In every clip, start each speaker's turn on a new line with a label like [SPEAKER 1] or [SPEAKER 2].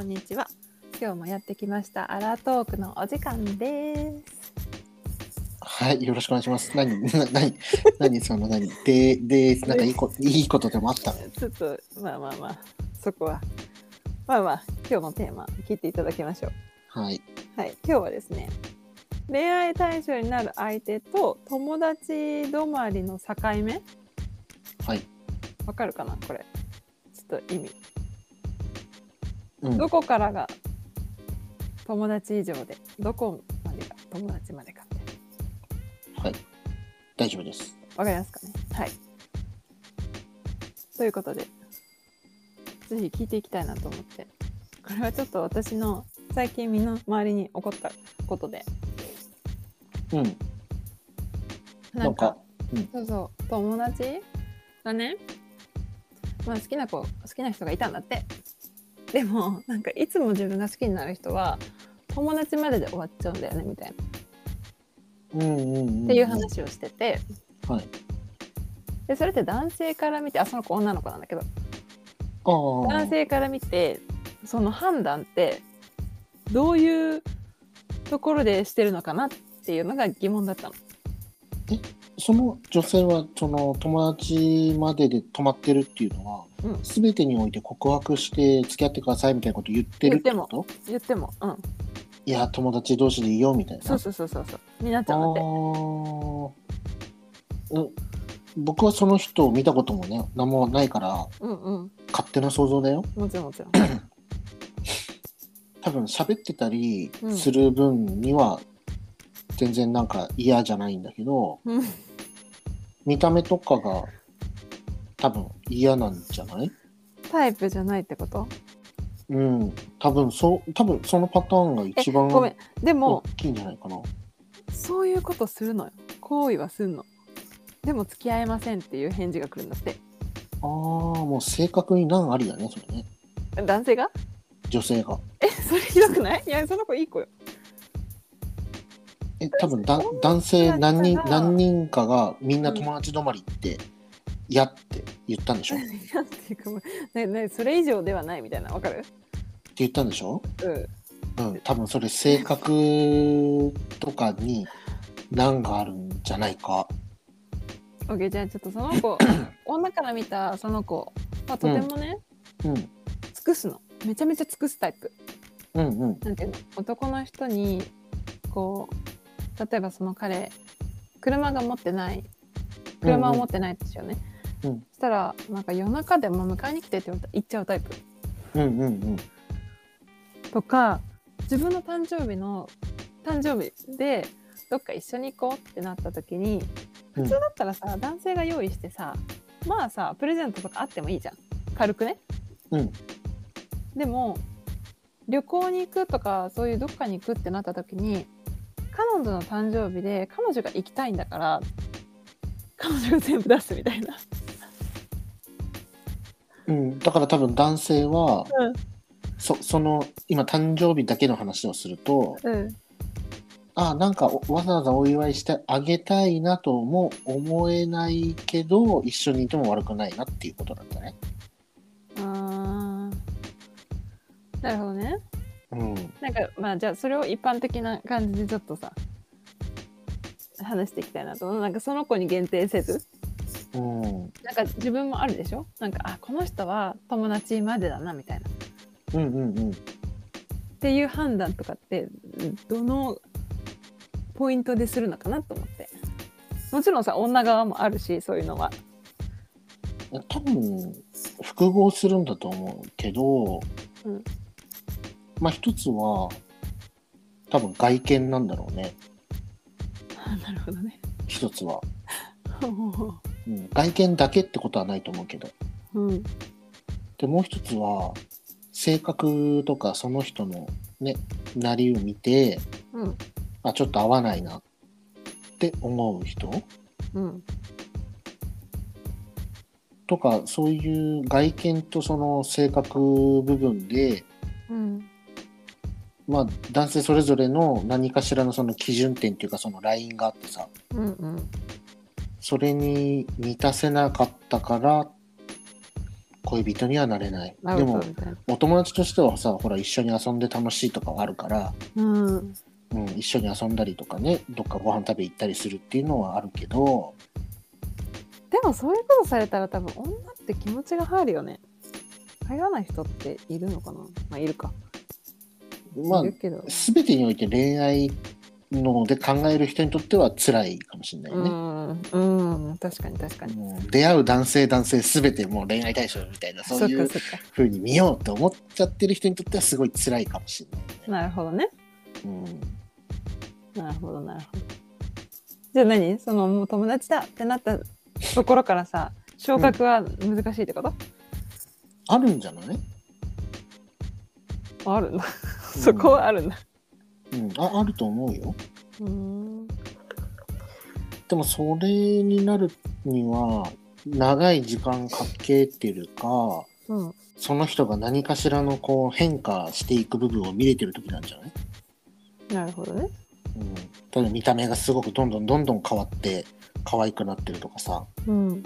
[SPEAKER 1] んにちは。今日もやってきましたアラトークのお時間です。
[SPEAKER 2] はい、よろしくお願いします。何、な何、何、その何、で、で、なんかいいこ、いいことでもあったの。
[SPEAKER 1] ちょっとまあまあまあそこはまあまあ今日のテーマ聞いていただきましょう。
[SPEAKER 2] はい、
[SPEAKER 1] はい、今日はですね恋愛対象になる相手と友達止まりの境目
[SPEAKER 2] はい、
[SPEAKER 1] わかるかなこれちょっと意味
[SPEAKER 2] うん
[SPEAKER 1] ど、こからが友達以上でどこまでが友達までかって
[SPEAKER 2] 大丈夫です。
[SPEAKER 1] わかりますかねはいということでぜひ聞いていきたいなと思ってこれはちょっと私の最近身の回りに起こったことで
[SPEAKER 2] うん、
[SPEAKER 1] なんか
[SPEAKER 2] なんかうん
[SPEAKER 1] そうそう友達がね、まあ、好きな子好きな人がいたんだってでもなんかいつも自分が好きになる人は友達までで終わっちゃうんだよねみたいな
[SPEAKER 2] うん、うん、ん
[SPEAKER 1] っていう。話をしてて、
[SPEAKER 2] はい。
[SPEAKER 1] でそれって男性から見てあその子女の子なんだけど
[SPEAKER 2] ああ。
[SPEAKER 1] 男性から見てその判断ってどういうところでしてるのかなっていうのが疑問だったの。
[SPEAKER 2] その女性は、その友達までで止まってるっていうのは
[SPEAKER 1] うん。
[SPEAKER 2] すべ、てにおいて告白して、付き合ってくださいみたいなこと言ってるってこと。
[SPEAKER 1] 言っても、うん、
[SPEAKER 2] いや、友達同士でいいよみたいな。
[SPEAKER 1] そうそうそうそうそうになっちゃ
[SPEAKER 2] あ
[SPEAKER 1] うのって。
[SPEAKER 2] あーうん僕はその人を見たこともね何もないから
[SPEAKER 1] うんうん
[SPEAKER 2] 勝手な想像だよ
[SPEAKER 1] もちろんもちろん。
[SPEAKER 2] 多分喋ってたり
[SPEAKER 1] うん
[SPEAKER 2] する分には全然なんか嫌じゃないんだけど、
[SPEAKER 1] うん
[SPEAKER 2] 見た目とかが多分嫌なんじゃない
[SPEAKER 1] タイプじゃないってこと
[SPEAKER 2] うん多分そう多分そのパターンが
[SPEAKER 1] え
[SPEAKER 2] 一番
[SPEAKER 1] ごめん
[SPEAKER 2] 大
[SPEAKER 1] でも、
[SPEAKER 2] きいんじゃないかな
[SPEAKER 1] そういうことするのよ行為はすんのでも付き合えませんっていう返事が来るんだって
[SPEAKER 2] ああもう正確に難ありだねそれね
[SPEAKER 1] 男性が
[SPEAKER 2] 女性が
[SPEAKER 1] えそれひどくないいやその子いい子よ
[SPEAKER 2] え多分だ
[SPEAKER 1] 女
[SPEAKER 2] 男性何人
[SPEAKER 1] だから
[SPEAKER 2] 何人かがみんな友達止まりって嫌って言ったんでしょ、って
[SPEAKER 1] なんていうかもう、ねね、それ以上ではないみたいなわかる
[SPEAKER 2] 言ったんでしょ
[SPEAKER 1] うん
[SPEAKER 2] うん多分それ性格とかに難があるんじゃないか
[SPEAKER 1] OK じゃあちょっとその 子女から見たその子はとてもね、
[SPEAKER 2] うん
[SPEAKER 1] 尽くすのめちゃめちゃ尽くすタイプ
[SPEAKER 2] うんうん
[SPEAKER 1] なんていうの男の人にこう例えばその彼車が持ってない車を持ってないですよね、
[SPEAKER 2] うん
[SPEAKER 1] そしたらなんか夜中でも迎えに来てって言われたら行っちゃうタイプ
[SPEAKER 2] うんうんうん
[SPEAKER 1] とか自分の誕生日の誕生日でどっか一緒に行こうってなった時に
[SPEAKER 2] うん
[SPEAKER 1] 普通だったらさ、男性が用意してさまあさプレゼントとかあってもいいじゃん軽くね
[SPEAKER 2] うん
[SPEAKER 1] でも旅行に行くとかそういうどっかに行くってなった時に彼女の誕生日で彼女が行きたいんだから彼女が全部出すみたいな。
[SPEAKER 2] うんだから多分男性は
[SPEAKER 1] うん
[SPEAKER 2] そその今誕生日だけの話をすると
[SPEAKER 1] うん
[SPEAKER 2] あなんかおわざわざお祝いしてあげたいなとも思えないけど一緒にいても悪くないなっていうことなんだね。
[SPEAKER 1] あーなるほどね
[SPEAKER 2] うん
[SPEAKER 1] なんかまあじゃあそれを一般的な感じでちょっとさ話していきたいなとなんかその子に限定せず
[SPEAKER 2] うん
[SPEAKER 1] なんか自分もあるでしょなんかあこの人は友達までだなみたいなっ
[SPEAKER 2] うんうんうん
[SPEAKER 1] ていう判断とかってどのポイントでするのかなと思ってもちろんさ女側もあるしそういうのは
[SPEAKER 2] 多分複合するんだと思うけど、
[SPEAKER 1] うん
[SPEAKER 2] まあ一つは多分外見なんだろうね
[SPEAKER 1] あなるほどね
[SPEAKER 2] 一つは、うん、外見だけってことはないと思うけど
[SPEAKER 1] うん
[SPEAKER 2] でもう一つは性格とかその人のねなりを見て
[SPEAKER 1] うん
[SPEAKER 2] あちょっと合わないなって思う人
[SPEAKER 1] うん
[SPEAKER 2] とかそういう外見とその性格部分で
[SPEAKER 1] うん
[SPEAKER 2] まあ、男性それぞれの何かしらのその基準点っていうかそのラインがあってさ
[SPEAKER 1] うんうん
[SPEAKER 2] それに満たせなかったから恋人にはなれない。
[SPEAKER 1] な
[SPEAKER 2] で
[SPEAKER 1] るほ
[SPEAKER 2] も
[SPEAKER 1] どみたいな。
[SPEAKER 2] お友達としてはさほら一緒に遊んで楽しいとかはあるから、
[SPEAKER 1] うん。
[SPEAKER 2] うん、一緒に遊んだりとかねどっかご飯食べ行ったりするっていうのはあるけど
[SPEAKER 1] でもそういうことされたら多分女って気持ちが入るよね。入らない人っているのかなまあいるか。
[SPEAKER 2] まあ
[SPEAKER 1] いるけど。
[SPEAKER 2] 全てにおいて恋愛ので考える人にとっては辛いかもしれないうよね。
[SPEAKER 1] ん、うん、確かに確かに。
[SPEAKER 2] もう出会う男性男性全てもう恋愛対象みたいなそういう
[SPEAKER 1] っかそっ
[SPEAKER 2] 風に見ようって思っちゃってる人にとってはすごい辛いかもしれない、
[SPEAKER 1] か。なるほどね。
[SPEAKER 2] うん、
[SPEAKER 1] なるほどなるほど。じゃあ何そのもう友達だってなったところからさ昇格は難しいってこと、
[SPEAKER 2] あるんじゃない、
[SPEAKER 1] あるんだ。 そこはあるんだ。
[SPEAKER 2] うん、ああると思うよ。
[SPEAKER 1] うん。
[SPEAKER 2] でもそれになるには長い時間かけってるか
[SPEAKER 1] うん。
[SPEAKER 2] その人が何かしらのこう変化していく部分を見れてる時なんじゃない、
[SPEAKER 1] なるほどね。
[SPEAKER 2] うん、ただ見た目がすごくどんどんどんどん変わって可愛くなってるとかさ
[SPEAKER 1] うん。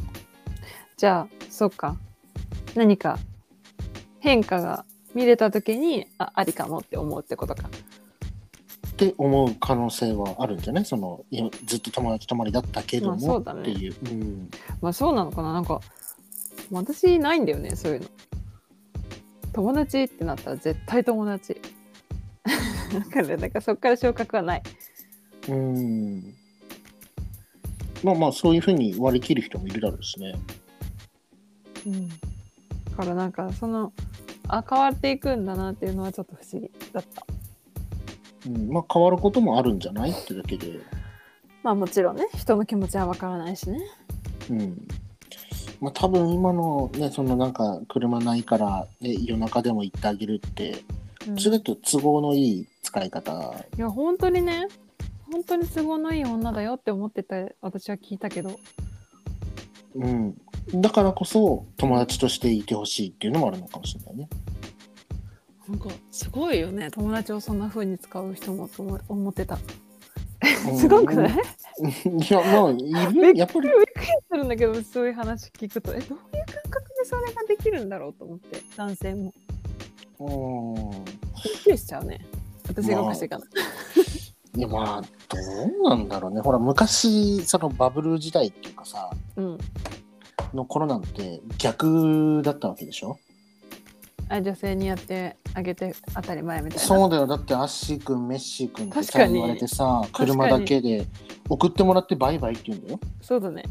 [SPEAKER 1] じゃあそっか。何か変化が見れた時にあありかもって思うってことか。
[SPEAKER 2] って思う可能性はあるんじゃないそのいやずっと友達泊まりだったけど
[SPEAKER 1] まあそ
[SPEAKER 2] も
[SPEAKER 1] うだ
[SPEAKER 2] っ
[SPEAKER 1] ね
[SPEAKER 2] ていう,、うん、
[SPEAKER 1] まあそうなのかななんか私ないんだよねそういうの。友達ってなったら絶対友達。だからなんかそっから昇格はない。
[SPEAKER 2] うん、まあまあそういうふうに割り切る人もいるだろうしね
[SPEAKER 1] だからなんかそのあ変わっていくんだなっていうのはちょっと不思議だった
[SPEAKER 2] うん、まあ変わることもあるんじゃないってだけで、
[SPEAKER 1] まあもちろんね人の気持ちはわからないしね
[SPEAKER 2] うん。まあ多分今のね、そのなんか車ないから、ね、夜中でも行ってあげるって、
[SPEAKER 1] うん
[SPEAKER 2] それだと都合のいい使い方。
[SPEAKER 1] いや本当にね本当に都合のいい女だよって思ってた私は聞いたけど
[SPEAKER 2] うん。だからこそ友達としていてほしいっていうのもあるのかもしれないね。
[SPEAKER 1] なんかすごいよね友達をそんな風に使う人もと思思ってた すごくない
[SPEAKER 2] うんいや、まあ、いる、やっぱ
[SPEAKER 1] び
[SPEAKER 2] り
[SPEAKER 1] っ、くりするんだけどそういう話聞くとえどういう感覚でそれができるんだろうと思って男性も
[SPEAKER 2] う
[SPEAKER 1] びっくりしちゃうね私がおかしいかな、
[SPEAKER 2] ん。いや、まあ、どうなんだろうね。ほら、昔、そのバブル時代っていうかさ、
[SPEAKER 1] うん
[SPEAKER 2] の頃なんて逆だったわけでしょ
[SPEAKER 1] あ女性にやってあげて当たり前みたいな
[SPEAKER 2] そうだよだってアッシーくんメッシーくんって
[SPEAKER 1] 確
[SPEAKER 2] さ
[SPEAKER 1] かに
[SPEAKER 2] 言われてさ
[SPEAKER 1] 確かに
[SPEAKER 2] 車だけで送ってもらってバイバイって言うんだよ
[SPEAKER 1] そうだね。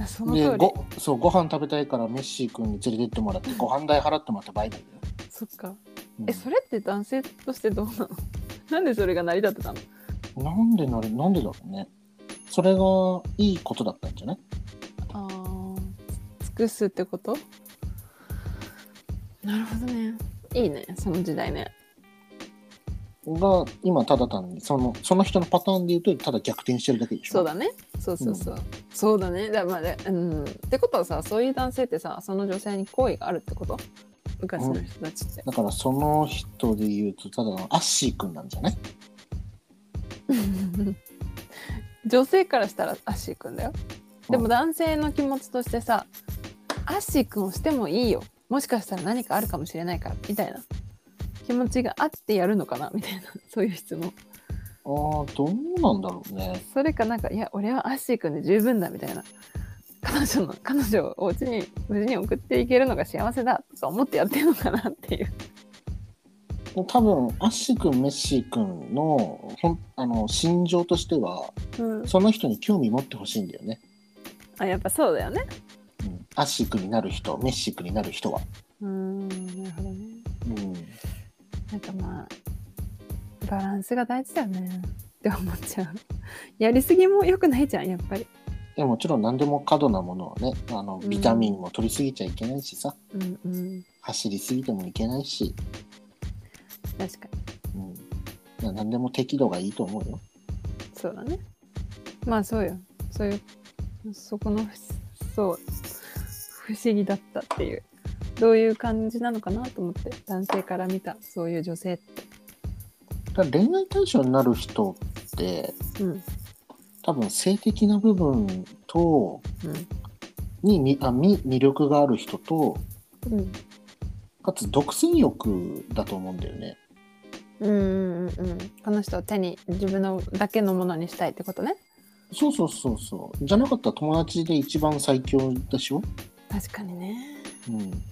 [SPEAKER 1] あその
[SPEAKER 2] で
[SPEAKER 1] 通り。
[SPEAKER 2] ごそうご飯食べたいからメッシーくんに連れてってもらってご飯代払ってもらってバイバイだよ、
[SPEAKER 1] そっか。
[SPEAKER 2] うん
[SPEAKER 1] え、それって男性としてどうなの なんでそれが成り立ってたの
[SPEAKER 2] なんでなれなんでだろうねそれがいいことだったんじゃない
[SPEAKER 1] ああ、尽くすってことなるほどね。いいね、その時代ね。
[SPEAKER 2] が今ただ単にそのその人のパターンで言うとただ逆転してるだけでしょ
[SPEAKER 1] そうだね。そうそうそう。そうだね。だまあでうん。ってことはさ、そういう男性ってさ、その女性に好意があるってこと昔の人たちって。
[SPEAKER 2] だからその人で言うとただのアッシーくんなんじゃない
[SPEAKER 1] 女性からしたらアッシーくんだよでも男性の気持ちとしてさアッシーくんをしてもいいよもしかしたら何かあるかもしれないからみたいな気持ちがあってやるのかなみたいなそういう質問
[SPEAKER 2] あーどうなんだろうね
[SPEAKER 1] それかなんかいや俺はアッシーくんで十分だみたいな彼女の彼女をお家に無事に送っていけるのが幸せだと思ってやってるのかなっていう
[SPEAKER 2] 多分アッシー君メッシー君のほんあの心情としては
[SPEAKER 1] うん
[SPEAKER 2] その人に興味持ってほしいんだよね、
[SPEAKER 1] あやっぱそうだよね
[SPEAKER 2] うん、アッシー君になる人メッシー君になる人は、
[SPEAKER 1] うーんなるほどね
[SPEAKER 2] うん、
[SPEAKER 1] なんかまあバランスが大事だよねって思っちゃうやりすぎも良くないじゃんやっぱり、
[SPEAKER 2] でももちろん何でも過度なものはねあの
[SPEAKER 1] うん
[SPEAKER 2] ビタミンも取りすぎちゃいけないしさ、
[SPEAKER 1] うんうん、
[SPEAKER 2] 走りすぎてもいけないし、
[SPEAKER 1] 確か
[SPEAKER 2] うん、な何でも適度がいいと思うよ、
[SPEAKER 1] にそうだねまあそうよそういうそこのふそう不思議だったっていうどういう感じなのかなと思って男性から見たそういう女性って
[SPEAKER 2] ただ恋愛対象になる人って
[SPEAKER 1] うんう
[SPEAKER 2] 多分性的な部分と
[SPEAKER 1] ん
[SPEAKER 2] にみあみ魅力がある人と
[SPEAKER 1] うん
[SPEAKER 2] かつ独占欲だと思うんだよね。
[SPEAKER 1] うんうんうんこの人を手に自分のだけのものにしたいってことね
[SPEAKER 2] そうそうそうそう。じゃなかったら友達で一番最強でしょ
[SPEAKER 1] 確かにね
[SPEAKER 2] うん。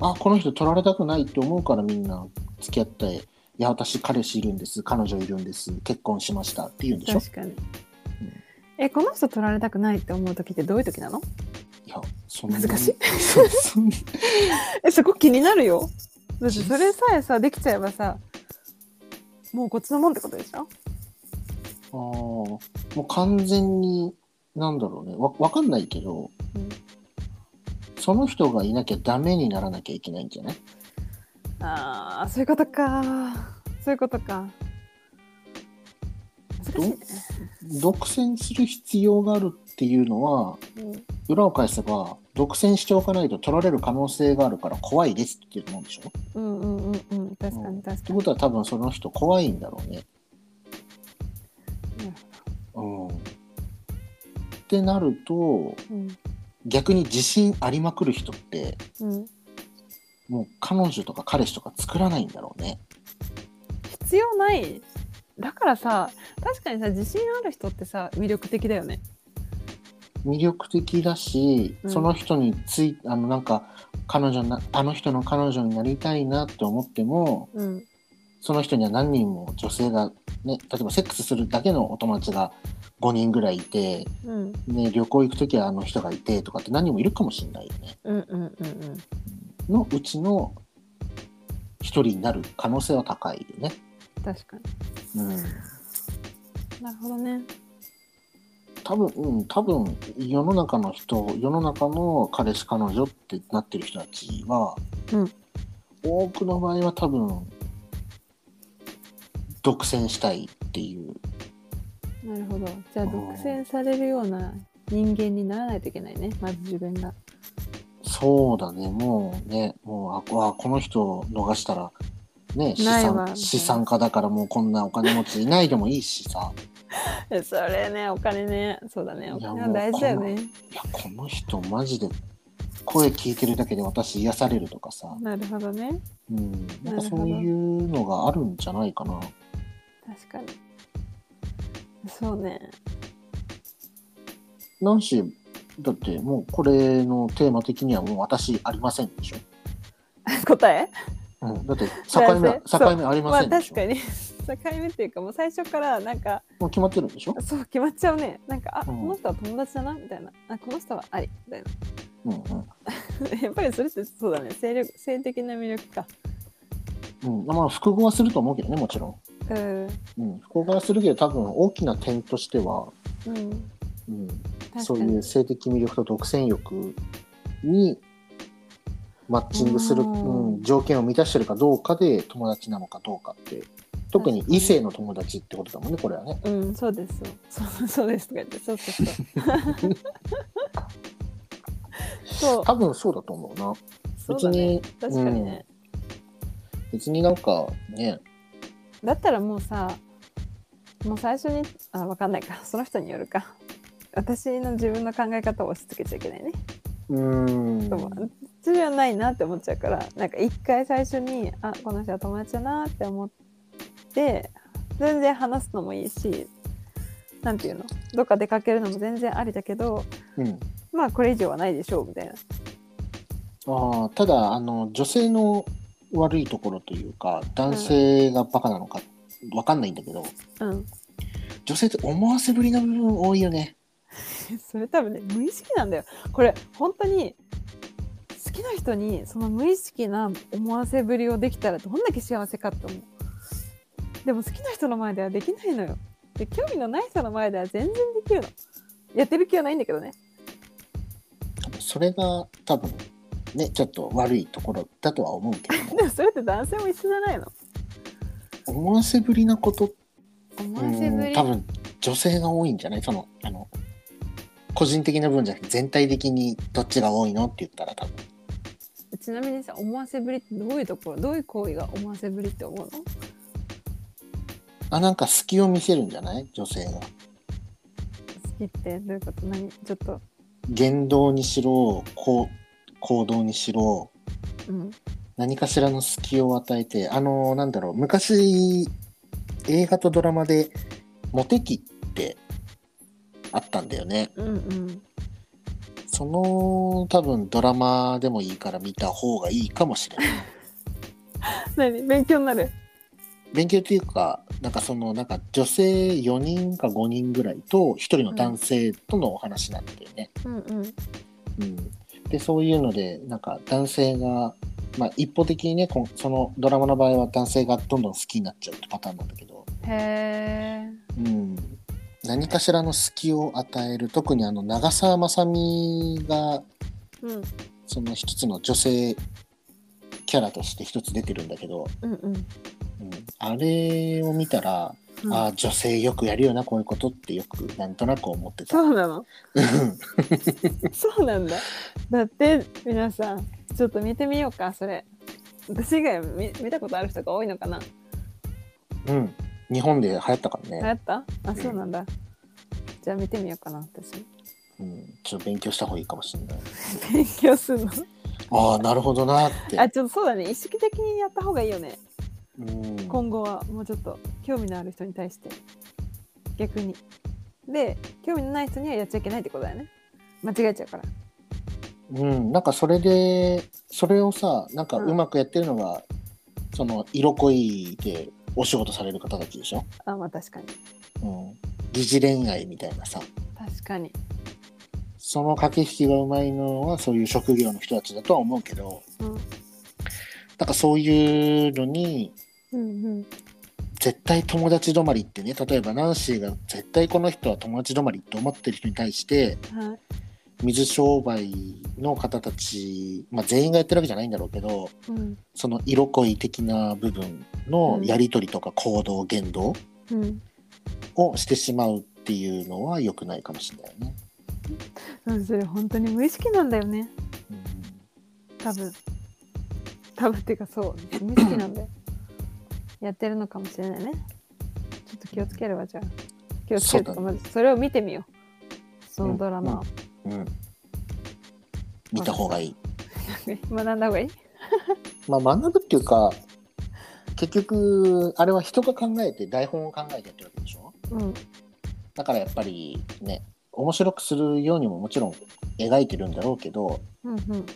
[SPEAKER 2] あ、この人取られたくないって思うからみんな付き合って、いや、私彼氏いるんです、彼女いるんです、結婚しましたって言うんでしょ
[SPEAKER 1] 確かにえこの人取られたくないって思う時ってどういう時なの
[SPEAKER 2] いや、そんな
[SPEAKER 1] 難しい。
[SPEAKER 2] そうそんな
[SPEAKER 1] えそこ気になるよだってそれさえさできちゃえばさもうこっちのもんってことでしょ
[SPEAKER 2] ああ、もう完全に、なんだろうね、わわかんないけど、
[SPEAKER 1] うん
[SPEAKER 2] その人がいなきゃダメにならなきゃいけないんじゃない
[SPEAKER 1] あーそういうことかそういうことか難しいね
[SPEAKER 2] 独占する必要があるっていうのは、
[SPEAKER 1] うん
[SPEAKER 2] 裏を返せば、独占しておかないと取られる可能性があるから怖いですって言ってるもんでしょっ
[SPEAKER 1] うんうんうんうん確かに確
[SPEAKER 2] て
[SPEAKER 1] か
[SPEAKER 2] こ
[SPEAKER 1] に
[SPEAKER 2] とは多分その人怖いんだろうね。うん。ってなると、
[SPEAKER 1] うん
[SPEAKER 2] 逆に自信ありまくる人って、
[SPEAKER 1] うん
[SPEAKER 2] もう彼女とか彼氏とか作らないんだろうね。
[SPEAKER 1] 必要ないだからさ確かにさ自信ある人ってさ魅力的だよね
[SPEAKER 2] 魅力的だし、
[SPEAKER 1] うん
[SPEAKER 2] その人についあのなんか彼女なあの人の彼女になりたいなって思っても
[SPEAKER 1] うん
[SPEAKER 2] その人には何人も女性が、ね、例えばセックスするだけのお友達が5人ぐらいいて、
[SPEAKER 1] うん
[SPEAKER 2] ね、旅行行く時はあの人がいてとかって何人もいるかもしれないよね。
[SPEAKER 1] うんうんうんうん
[SPEAKER 2] のうちの1人になる可能性は高いよね。
[SPEAKER 1] 確かに
[SPEAKER 2] うん
[SPEAKER 1] なるほどね
[SPEAKER 2] 多分、うん、多分世の中の人世の中の彼氏彼女ってなってる人たちは、
[SPEAKER 1] うん
[SPEAKER 2] 多くの場合は多分独占したいっていう
[SPEAKER 1] なるほどじゃあ
[SPEAKER 2] うん
[SPEAKER 1] 独占されるような人間にならないといけないねまず自分が
[SPEAKER 2] そうだねもうねもうあわあこの人逃したらね資
[SPEAKER 1] ないわ
[SPEAKER 2] 産資産家だからもうこんなお金持ちいないでもいいしさ
[SPEAKER 1] え それねお金ねそうだねお金は大事だよね
[SPEAKER 2] いやこの人マジで声聞いてるだけで私癒されるとかさ、
[SPEAKER 1] なるほどね
[SPEAKER 2] うん、なん
[SPEAKER 1] なる
[SPEAKER 2] か
[SPEAKER 1] ほど
[SPEAKER 2] そういうのがあるんじゃないかな。
[SPEAKER 1] 確かにそうね
[SPEAKER 2] なんし、だってもうこれのテーマ的にはもう私ありませんでしょ。
[SPEAKER 1] 答え
[SPEAKER 2] うん、だって境目は、
[SPEAKER 1] そう
[SPEAKER 2] 境目あり
[SPEAKER 1] ま
[SPEAKER 2] ま
[SPEAKER 1] あ
[SPEAKER 2] せんでし
[SPEAKER 1] 確
[SPEAKER 2] ょ。
[SPEAKER 1] かに 境目っていうかもう最初からなんか
[SPEAKER 2] もう決まってるんでしょ。
[SPEAKER 1] そう決まっちゃうねなんかあ、
[SPEAKER 2] うん
[SPEAKER 1] この人は友達だなみたいなあこの人はありみたいな
[SPEAKER 2] うんう
[SPEAKER 1] やっぱりそれってそうだね性力性的な魅力か
[SPEAKER 2] ん。うん、まあ複合はすると思うけどね、もちろ
[SPEAKER 1] うん
[SPEAKER 2] ん。うん、複合はするけど多分大きな点としては、
[SPEAKER 1] うん
[SPEAKER 2] うん、
[SPEAKER 1] 確かに
[SPEAKER 2] そういう性的魅力と独占欲にマッチングする、
[SPEAKER 1] うん
[SPEAKER 2] うん、条件を満たしてるかどうかで友達なのかどうかって。特に異性の友達ってことだもんね、これはね。
[SPEAKER 1] うんそうですそうそう そうですとか言ってそうそうそうそう
[SPEAKER 2] 多分そうだと思うな。
[SPEAKER 1] そう
[SPEAKER 2] 別
[SPEAKER 1] だね
[SPEAKER 2] に、
[SPEAKER 1] 確かにね、
[SPEAKER 2] 別になんかね、
[SPEAKER 1] だったらもうさもう最初にあ分かんないかその人によるか私の自分の考え方を押し付けちゃいけないね
[SPEAKER 2] うーん
[SPEAKER 1] でもそれはないなって思っちゃうからなんか一回最初にあこの人は友達だなって思って全然話すのもいいしなんていうのどっか出かけるのも全然ありだけど
[SPEAKER 2] うん、
[SPEAKER 1] まあこれ以上はないでしょうみたいな
[SPEAKER 2] ああただあの女性の悪いところというか男性がバカなのかわかんないんだけど、
[SPEAKER 1] うん
[SPEAKER 2] 女性って思わせぶりな部分多いよね。
[SPEAKER 1] それ多分ね無意識なんだよこれ本当に好きな人にその無意識な思わせぶりをできたらどんだけ幸せかって思うでも好きな人の前ではできないのよで興味のない人の前では全然できるのやってる気はないんだけどね
[SPEAKER 2] 多分それが多分ねちょっと悪いところだとは思うけど
[SPEAKER 1] でも
[SPEAKER 2] も
[SPEAKER 1] それって男性も一緒じゃないの
[SPEAKER 2] 思わせぶりなことって
[SPEAKER 1] 思わせぶ
[SPEAKER 2] うん
[SPEAKER 1] り
[SPEAKER 2] 多分女性が多いんじゃないそのあの個人的な部分じゃなくて全体的にどっちが多いのって言ったら多分
[SPEAKER 1] ちなみにさ思わせぶりってどういうところどういう行為が思わせぶりって思うの
[SPEAKER 2] あなんか隙を見せるんじゃない女性が
[SPEAKER 1] 好きってどういうこと何ちょっと
[SPEAKER 2] 言動にしろこう行動にしろ
[SPEAKER 1] うん
[SPEAKER 2] 何かしらの隙を与えて、あのーなんだろう、昔、映画とドラマで、モテ期ってあったんだよね。
[SPEAKER 1] うんうん
[SPEAKER 2] その、多分ドラマでもいいから見た方がいいかもしれない。
[SPEAKER 1] 何勉強になる
[SPEAKER 2] 勉強っていうか、なんかその、なんか女性4人か5人ぐらいと、1人の男性とのお話なんだよね。
[SPEAKER 1] うんうん
[SPEAKER 2] うん、でそういうのでなんか男性が、まあ、一方的にねこんそのドラマの場合は男性がどんどん好きになっちゃうってパターンなんだけど、
[SPEAKER 1] へえ
[SPEAKER 2] うん、何かしらの隙を与える特にあの長澤まさみが
[SPEAKER 1] うん
[SPEAKER 2] その一つの女性キャラとして一つ出てるんだけど、
[SPEAKER 1] うんうん
[SPEAKER 2] うん、あれを見たら、
[SPEAKER 1] うん
[SPEAKER 2] ああ女性よくやるよなこういうことってよくなんとなく思ってた。
[SPEAKER 1] そうな の
[SPEAKER 2] うん
[SPEAKER 1] そうなんだだって皆さんちょっと見てみようかそれ私以外見見たことある人が多いのかな
[SPEAKER 2] うん、日本で流行ったから
[SPEAKER 1] 流
[SPEAKER 2] ね、
[SPEAKER 1] 行ったあそうなんだじゃあ見てみようかな私も
[SPEAKER 2] うん、ちょっと勉強した方がいいかもしれない。
[SPEAKER 1] 勉強するの
[SPEAKER 2] ああなるほどなって
[SPEAKER 1] あちょっとそうだね意識的にやった方がいいよね
[SPEAKER 2] うん
[SPEAKER 1] 今後はもうちょっと興味のある人に対して逆にで興味のない人にはやっちゃいけないってことだよね間違えちゃうから
[SPEAKER 2] うん、なんかそれでそれをさなんか
[SPEAKER 1] うん
[SPEAKER 2] うまくやってるのが、その色恋でお仕事される方たちでしょ、
[SPEAKER 1] あまあ確かに
[SPEAKER 2] うん、疑似恋愛みたいなさ
[SPEAKER 1] 確かに
[SPEAKER 2] その駆け引きがうまいのはそういう職業の人たちだとは思うけど
[SPEAKER 1] うん
[SPEAKER 2] なんかそういうのに
[SPEAKER 1] うんうん
[SPEAKER 2] 絶対友達止まりってね例えばナンシーが絶対この人は友達止まりって思ってる人に対して
[SPEAKER 1] はい
[SPEAKER 2] 水商売の方たち、まあ、全員がやってるわけじゃないんだろうけど、
[SPEAKER 1] うん
[SPEAKER 2] その色恋的な部分のやり取りとか行動、言動
[SPEAKER 1] うん
[SPEAKER 2] をしてしまうっていうのは良くないかもしれないね。
[SPEAKER 1] うんそれ本当に無意識なんだよね
[SPEAKER 2] うん
[SPEAKER 1] 多分多分っていうかそう無意識なんだよやってるのかもしれないねちょっと気をつければじゃあ気をつけるとか
[SPEAKER 2] そうだ
[SPEAKER 1] まずそれを見てみようそのドラマを、
[SPEAKER 2] うんうん、見た方がいい。
[SPEAKER 1] 学んだ方がいい
[SPEAKER 2] まあ、学ぶっていうか結局あれは人が考えて台本を考えてやってるわけでしょ
[SPEAKER 1] うん
[SPEAKER 2] だからやっぱりね面白くするようにももちろん描いてるんだろうけど
[SPEAKER 1] うんうん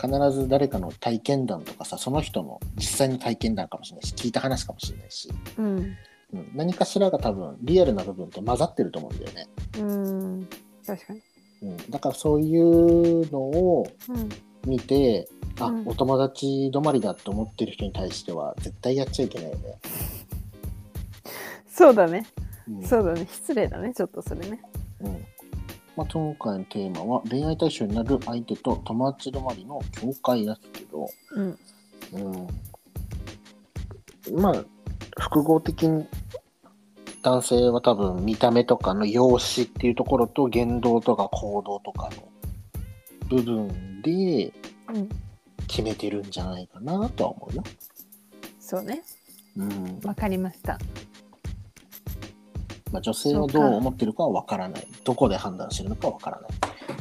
[SPEAKER 2] 必ず誰かの体験談とかさその人の実際の体験談かもしれないし聞いた話かもしれないし
[SPEAKER 1] うん
[SPEAKER 2] うん、何かしらが多分リアルな部分と混ざってると思うんだよね、
[SPEAKER 1] うん確かに
[SPEAKER 2] うん、だからそういうのを
[SPEAKER 1] うん
[SPEAKER 2] 見てあ、
[SPEAKER 1] うん
[SPEAKER 2] お友達止まりだって思ってる人に対しては絶対やっちゃいけないよね、
[SPEAKER 1] そうだね
[SPEAKER 2] うん
[SPEAKER 1] そうだね失礼だねちょっとそれね
[SPEAKER 2] うんまあ、今回のテーマは恋愛対象になる相手と友達止まりの境界だけど、
[SPEAKER 1] うん
[SPEAKER 2] うん、まあ複合的に男性は多分見た目とかの容姿っていうところと言動とか行動とかの部分で
[SPEAKER 1] うん
[SPEAKER 2] 決めてるんじゃないかなとは思うよ。
[SPEAKER 1] そうね
[SPEAKER 2] うん
[SPEAKER 1] わかりました
[SPEAKER 2] まあ、女性はどう思ってるかは分からないどこで判断してるのかは分からない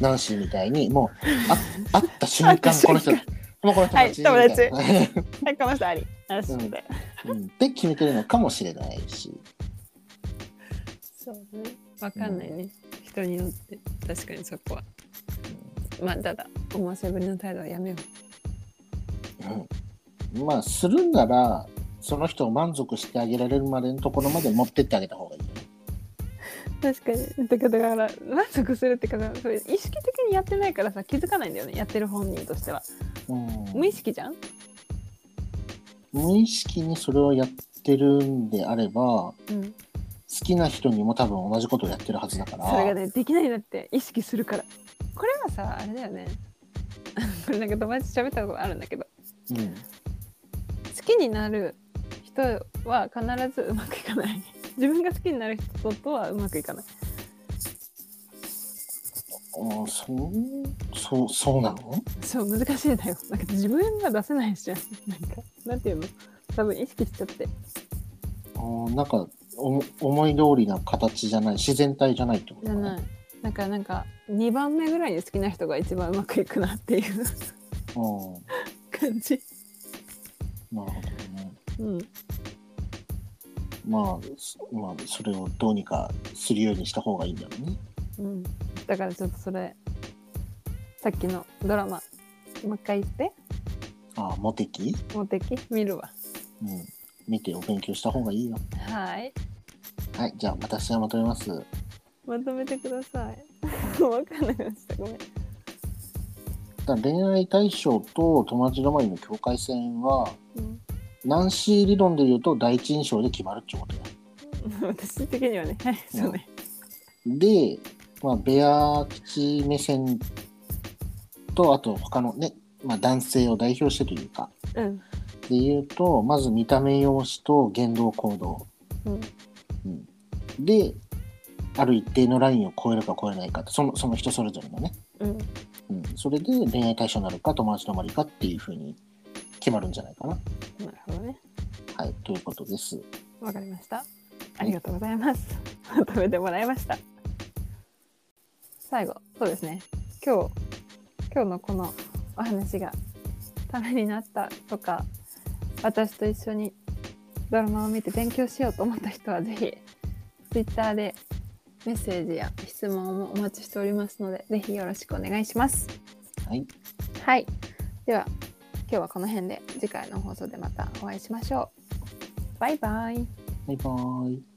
[SPEAKER 2] ナンシーみたいにもうあ会った瞬
[SPEAKER 1] 会
[SPEAKER 2] 間
[SPEAKER 1] った瞬間
[SPEAKER 2] この人もうこの人
[SPEAKER 1] はい
[SPEAKER 2] みたいな
[SPEAKER 1] はいこの人ありあしみたい
[SPEAKER 2] うんって決めてるのかもしれないし。
[SPEAKER 1] そうねわかんないね、人によって確かにそこはまあただ思わせぶりの態度はやめよ
[SPEAKER 2] うん、まあするならその人を満足してあげられるまでのところまで持ってってあげた方がいいよね。
[SPEAKER 1] う確かにだからだから満足するってかさそれ意識的にやってないからさ気づかないんだよねやってる本人としては
[SPEAKER 2] うん
[SPEAKER 1] 無意識じゃん
[SPEAKER 2] 無意識にそれをやってるんであれば好
[SPEAKER 1] うん
[SPEAKER 2] きな人にも多分同じことをやってるはずだから
[SPEAKER 1] それがねできないんだって意識するからこれはさあれだよね これなんか友達と喋ったことあるんだけど
[SPEAKER 2] うん
[SPEAKER 1] 好きになる人は必ずうまくいかない自分が好きになる人とはうまくいかない
[SPEAKER 2] あそうそうそうなの
[SPEAKER 1] そう難しいんだよなんか自分が出せないじゃんなんかなんていうの多分意識しちゃって
[SPEAKER 2] あーなんかお思い通りな形じゃない自然体じゃないってこと
[SPEAKER 1] じゃ
[SPEAKER 2] か
[SPEAKER 1] ないなんかなんか2番目ぐらいに好きな人が一番うまくいくなっていう
[SPEAKER 2] うん、
[SPEAKER 1] 感 感じ。
[SPEAKER 2] なるほどね。
[SPEAKER 1] うん、
[SPEAKER 2] まあ、そまあ、それをどうにかするようにした方がいいんだろうね。
[SPEAKER 1] うん、だからちょっとそれさっきのドラマもう一回言って
[SPEAKER 2] ああ、モテキ
[SPEAKER 1] モテキ見るわ
[SPEAKER 2] うん。見てお勉強した方がいいよ。
[SPEAKER 1] はい
[SPEAKER 2] はい、じゃあ私はまとめます。
[SPEAKER 1] まとめてください 分かんなくなっちゃったごめん
[SPEAKER 2] だから恋愛対象と友達止まりの境界線は、ナンシー理論で言うと第一印象で決まるってことだ。
[SPEAKER 1] うん、私的にはねはいそうね
[SPEAKER 2] で、まあ、ベア口目線と、あと他のね、まあ、男性を代表してというか、
[SPEAKER 1] うん
[SPEAKER 2] で言うと、まず見た目容姿と言動行動。
[SPEAKER 1] うん
[SPEAKER 2] うん、で、ある一定のラインを超えるか超えないかってその、その人それぞれのね。
[SPEAKER 1] うん
[SPEAKER 2] うん、それで恋愛対象になるか友達止まりかっていうふうに決まるんじゃないかな。
[SPEAKER 1] なるほどね
[SPEAKER 2] はい、ということです。
[SPEAKER 1] わかりましたありがとうございます まとめてもらいました最後そうですね今日今日のこのお話がためになったとか私と一緒にドラマを見て勉強しようと思った人はぜひ Twitter でメッセージや質問もお待ちしておりますのでぜひよろしくお願いします
[SPEAKER 2] はい、
[SPEAKER 1] はいでは今日はこの辺で次回の放送でまたお会いしましょうバイバイ
[SPEAKER 2] バイバーイ。